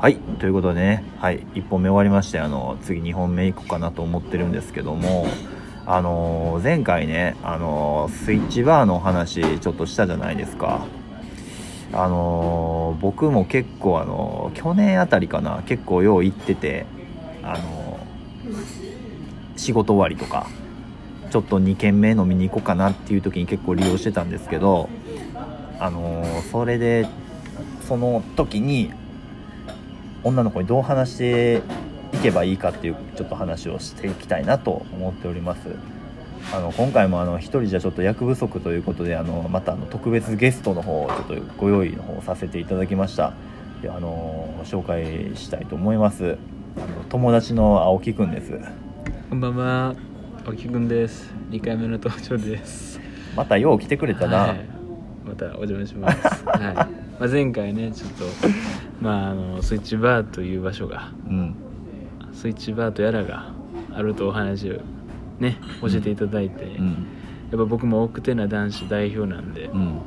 はいということでね、はい、1本目終わりましてあの次2本目いこうかなと思ってるんですけどもあのー前回ね、あのースイッチバーのお話ちょっとしたじゃないですか。あのー僕も結構、あのー去年あたりかな結構よう行ってて、あのー仕事終わりとかちょっと2軒目飲みに行こうかなっていう時に結構利用してたんですけど、あのーそれでその時に女の子にどう話していけばいいかっていうちょっと話をしていきたいなと思っておりますあの今回もあの一人じゃちょっと役不足ということであのまたあの特別ゲストの方をちょっとご用意の方させていただきましたであの紹介したいと思いますあの友達の青木くんですこんばんは、青木くんです。二回目の登場です。またよう来てくれたな、はい、またお邪魔します。 はい。まあ前回ねちょっとまああのスイッチバーという場所がうんスイッチバーとやらがあるとお話をね教えていただいて、うやっんぱ僕も奥手な男子代表なんで、うん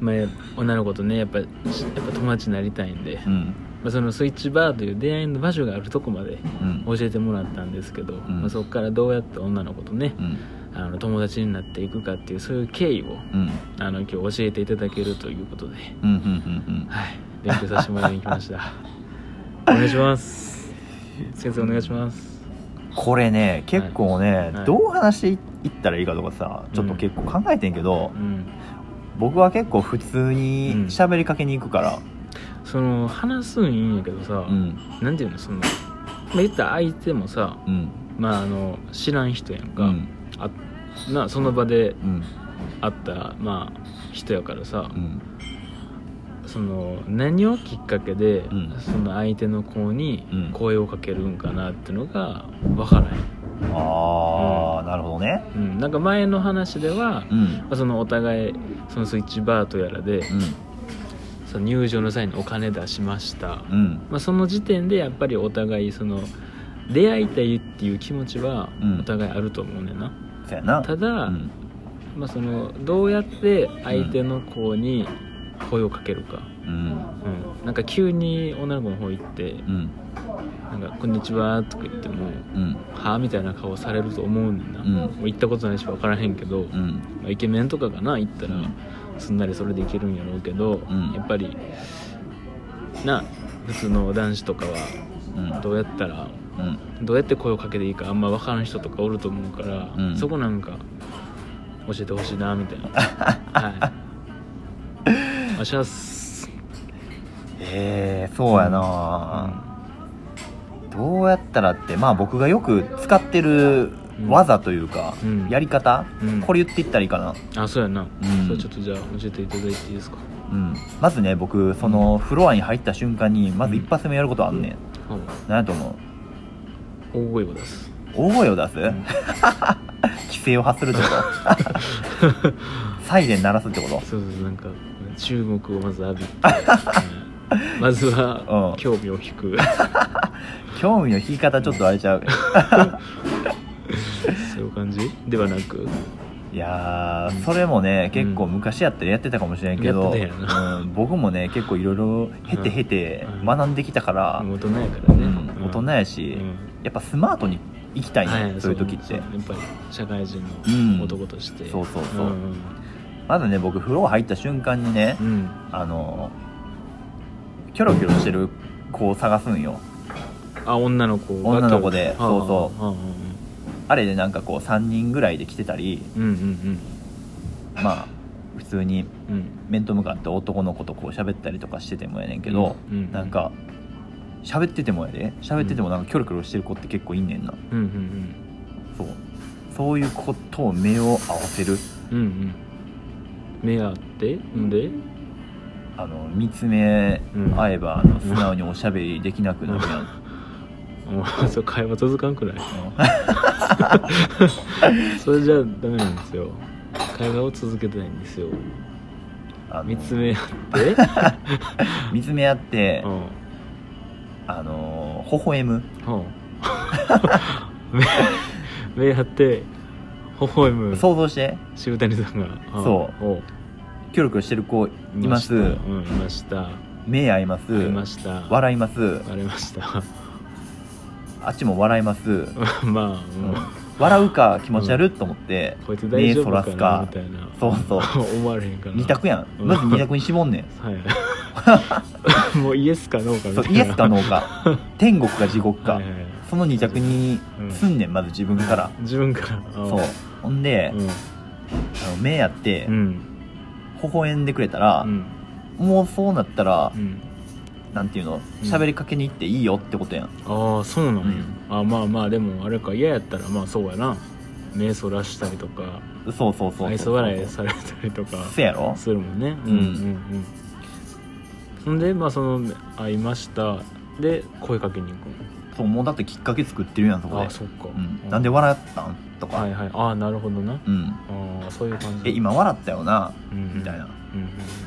まあ女の子とねやっぱしやっぱ友達になりたいんで、うまんあそのスイッチバーという出会いの場所があるとこまでうん教えてもらったんですけど、んまあそこからどうやって女の子とね、うんあの友達になっていくかっていうそういう経緯をうんあの今日教えていただけるということで、うんうんうんはい、勉強させてもらいに来ました お願いします先生お願いしますこれね結構ね、はいどう話していったらいいかとかさちょっと結構考えてんけど、うん僕は結構普通に喋りかけに行くから、その話すんいいんやけどさ、うんなんていうのそのまあ言ったら相手もさうんまああの知らん人やんうか、んあなその場でうん会ったまあ人やからさう、んその何をきっかけで、うんその相手の子うんに声をかけるんかなってのが分からへああ、なるほどねん、うん、なんか前の話では、うまんあそのお互いそのスイッチバーとやらで、その入場の際にお金出しました、うんうんまあ、その時点でやっぱりお互いその出会いたいっていう気持ちはうんお互いあると思うねんな、そやなただ、うんまあ、そのどうやって相手の子に声をかけるか、うんうん、なんか急に女の子の方行ってうんなんか「こんにちは」とか言っても「うんはあ?」みたいな顔されると思うねんな、うんもう行ったことないし分からへんけど、うまんあ、イケメンとかがな行ったらうんすんなりそれでいけるんやろうけど、うんやっぱりな普通の男子とかうんはどうやったらうんどうやって声をかけていいかあんま分からん人とかおると思うから、うんそこなんか教えてほしいなみたい なはいお願いしますええそうやな、どうやったらってまあ僕がよく使ってる技というか、うんやり方、うんこれ言っていったらいいかなあそうやな、んそれちょっとじゃあ教えていただいていいですかうん、まずね僕そのフロアに入った瞬間にまずうん一発目やることあんねん、はい何やと思う大声を出す大声を出す、ん規制を発するってこと サイレン鳴らすってことそうそうなんか注目をまず浴びて、うんまずはうん興味を 引く興味の引き方ちょっとあれちゃうそういう感じではなくいやーそれもね結構昔やったらやってたかもしれんけやど、ってたよなうん、僕もね結構いろいろへてへてうん学んできたから、大人やからね、うん大人やし、うんやっぱスマートに行きたいね、はいそういう時ってそうやっぱり社会人うんの男として、そうそうそううんまずね僕フロア入った瞬間にね、うん、うんあのキョロキョロしてる子を探すんよあ女の子が女の子で興味そうそうはあはあはあれでなんかこう3人ぐらいで来てたりあうんうんまあ普通にうんうん面と向かって男の子とこう喋ったりとかしててもやねんけど、うんうんなんか喋っててもやで喋っててもなんかキョロキョロしてる子って結構いんねんなうんうんそうそういう子と目を合わせるうんうんうん目あってんであの見つめ合えばあの素直におしゃべりできなくなるやん、もう そう会話続かんくないそれじゃダメなんですよ会話を続けたいんですよあの見つめ合って、見つめ合って、うんはあの微笑む あ目目合って微笑む想像して渋谷さんが、んそうおキョロキョロしてる子いますいましたうんいました目合いますありました笑いますありました あっちも笑います、まあ、うんもう笑うか気持ち悪っと思って、こいつ目大丈そ夫らかすなかみたいなそうそう 思われへんかな二択やんうんまず二択に絞んねんはい、 もうイエスかノーかみそうたいなイエスかノー か天国か地獄か、はいはいはいその二択にすんねんまず自分から、自分からあそうほんで、うんあの目やって、うん微笑んでくれたらう、んもうそうなったらう、んなんていうのうん喋りかけに行っていいよってことやん、ああそうなんや、うんあまあまあでもあれか嫌やったらまあそうやな目そらしたりとかそうそうそう愛そ想う笑いされたりとかせやろするもんねうんうんうんうんほんでまあその会いましたで声かけに行くそうもうだってきっかけ作ってるやんそこあであそっか、うん、なんで笑ったんとか、はいはいああなるほどなうん、ああそういう感えじ今笑ったよなうんみたいな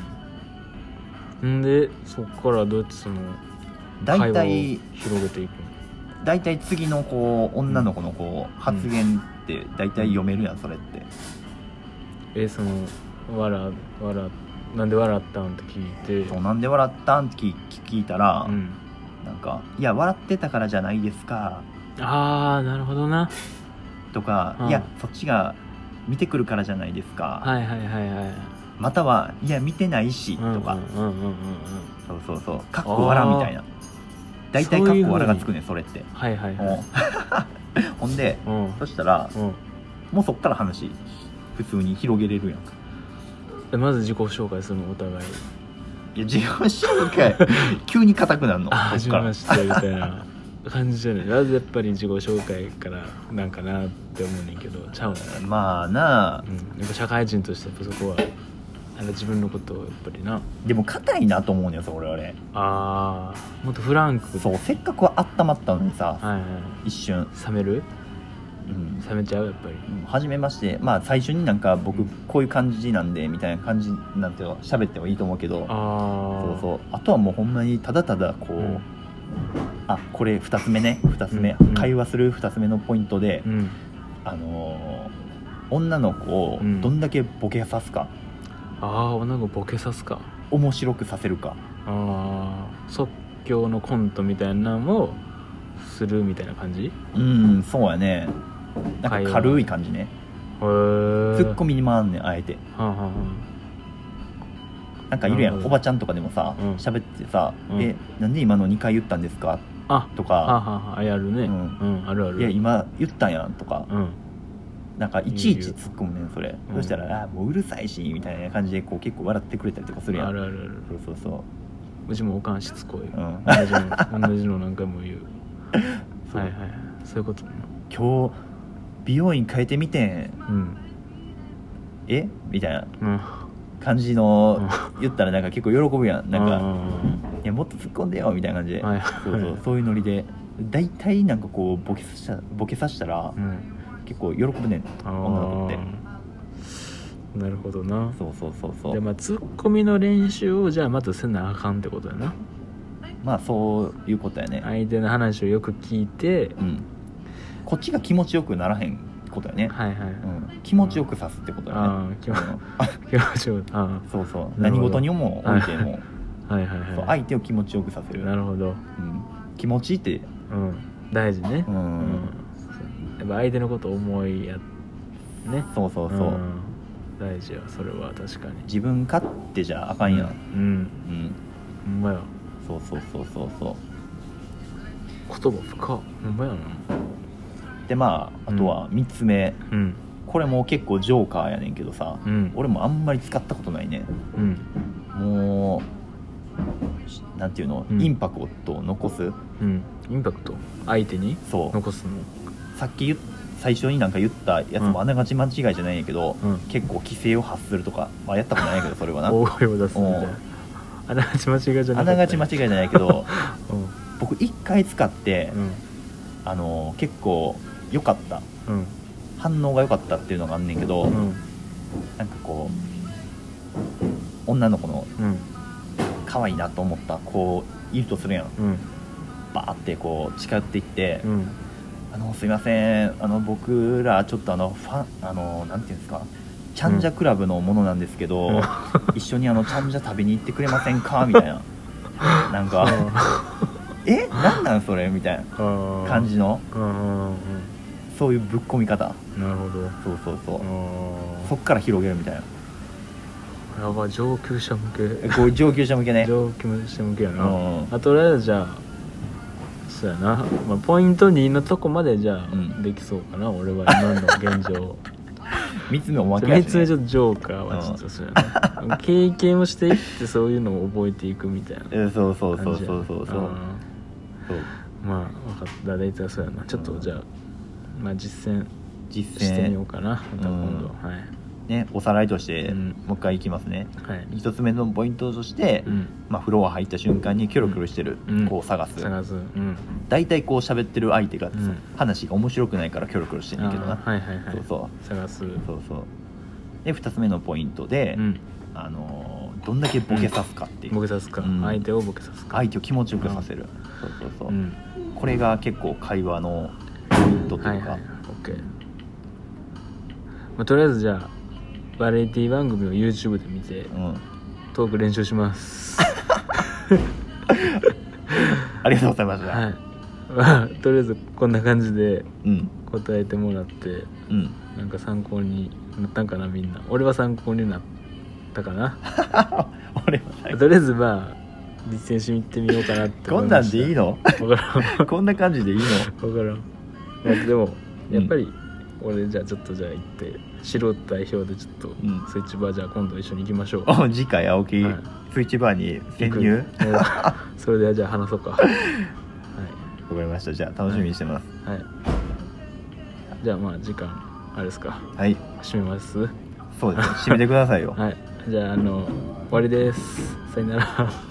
うんうんうんんでそこからどうやってその大会話を体広げていく大体次のこう女の子のこう発言って大体読めるやんそれってえその「わらわらなんで笑ったん?」って聞いてそうなんで笑ったんって聞聞いたら、うんなんか「いや笑ってたからじゃないですかああなるほどな」とか「うんいやそっちが見てくるからじゃないですか」はいはいはいはいまたは「いや見てないし」とか、うんうんうんうんうんそうそうそう「かっこ笑」みたいな大体「かっこ笑」がつくねんそれってはいはいはいうん ほんでうんそしたらうんもうそっから話普通に広げれるやんでまず自己紹介するのお互いいや自己紹介 急に硬くなるのあそっ始かめらましたみたいな感じじゃないまずやっぱり自己紹介からなんかなって思うねんけどちゃうねまあなあうん、やっぱ社会人としてやっぱそこはあの自分のことをやっぱりなでも硬いなと思うのよそれ俺あーもっとフランクそうせっかくは温まったのにさはい、はい、一瞬冷めるうん冷めちゃうやっぱり初めましてまあ最初になんか僕こういう感じなんでみたいな感じなんて喋ってもいいと思うけどああそうそうあとはもうほんまにただただこう、うんあこれ2つ目ね2つ目、うん会話する2つ目のポイントで、うんあのー女の子をうんどんだけボケさすか、ああ女の子ボケさすか面白くさせるかああ即興のコントみたいなのをするみたいな感じへうんそうやねなん会か話軽い感じねえツッコミに回んねんあえてはあはあはなんかいるやなるんほどおばちゃんとかでもさうん喋、ってさ、うんえなんで今の2回言ったんですか?あ」とあはあかはあやるねううんん、ある「あるいや今言ったんやん」とかうんなんかいちいち突っ込むねんそれ、うんそしたら「あもううるさいし」みたいな感じでこう結構笑ってくれたりとかするやんあるあるあるそうそうそううちもおかんしつこい、うん同じの同じの何回も言う そうはいはいそういうことね今日美容院変えてみてんうんえみたいなうん感じのう言ったらなんか結構喜ぶやんなんうかん「いやもっと突っ込んでよ」みたいな感じで、はいそうそうそういうノリで大体なんかこうボケさせたボケさせたらうん結構喜ぶねんあ女の子ってーなるほどなそうそうそうそでうまあツッコミの練習をじゃあまずせなあかんってことやなまあそういうことやね、相手の話をよく聞いてうん、こっちが気持ちよくならへんことやね、はいはい、うん、気持ちよくさすってことやねああ気持うん気持ちよあそうそうな る何ほど事にもおいても、あはいはいそうは相手を気持ちよくさせいるなるほうどん、気持ちいいってうん大事ねうん、やっぱ相手のことを思いやねそうそうそう、ん大事やそれは確かに自分勝手じゃあかんやん、うんうん、ほんまやそうそうそうそうそう言葉深っほんまやなでまああとは3つ目、うんこれも結構ジョーカーやねんけどさ、うん俺もあんまり使ったことないねうんもうなんていうの、うんインパクトを残すうんインパクト相手にそう残すさっき言っ最初になんか言ったやつうんもあながち間違いじゃないんやけど、うん結構規制を発するとか、まあ、やったことないん やけどそれはなの大声を出すみたいおうなあながち間違いじゃなあいたながち間違いじゃないけど うん僕1回使って、あのー結構良かったうん反応が良かったっていうのがあんねんけど、うんうんなんかこう女の子のうん可愛いなと思った子いるとするやんうんバーってこう近寄っていって「うんあのすいませんあの僕らちょっとあのファンあのなんていうんですかちゃんじ ゃクラブのものなんですけど、うん一緒にあのちゃんじゃ食べに行ってくれませんか?」みたいななんか「えなんなんそれ?」みたいな感感じのうんうんそういうぶっ込み方うんなるほどそうそうそうそあっから広げるみたいなーやばい上級者向けこう上級者向けね上級者向けやうなんあとりあえずじゃあそうやな、まあ、ポイント2のとこまでじゃあうんできそうかな、俺は今の現状3つ目おまけやし、 3ね、つ目ちょっとジョーカーはちょっとそうやな経験をしていってそういうのを覚えていくみたいなえそうそうそ感うじやなそうそうそうそううんまあ分かった大体そうやなちょっとじゃあまあ実践実してみよう践かなまたう今度んはいねおさらいとして、うんもう一回いきますねはい一つ目のポイントとして、うんまあ、フロア入った瞬間にキョロキョロしてるうん子を探す、探すうん大体こう喋ってる相手が、うん話が面白くないからキョロキョロしてんねんけどな、あーはいはいはいそうそう探すうそうそうで2つ目のポイントで、んあのーどんだけボケさすかっていう、ボケさすかうん相手をボケさすか相手を気持ちよくさせるそうそうそう、うんこれが結構会話のポイントとはいいうか、はいオッケーまあとりあえずじゃあバラエティ番組を YouTube で見てうんトーク練習します ありがとうございました、はいまあとりあえずこんな感じでうん答えてもらってうんなんか参考になったんかなみんな俺は参考になったかな俺は最とりあえずまあ実践してみてみようかなって高こ思いんなまんしたでいいの分からんこんな感じでいいの分からんまあでもやっぱり、俺じゃあちょっとじゃあ行って素人代表でちょっとんスイッチバーじゃあ今度一緒に行きましょう、お次回青木、はいスイッチバーに潜行く入うんそれではじゃあ話そ うかはい、わかりましたじゃあ楽しみにしてますはい、じゃあまあ時間あれですかはい閉めますは そうですね締めてくださいよいじゃああの終わりですさよなら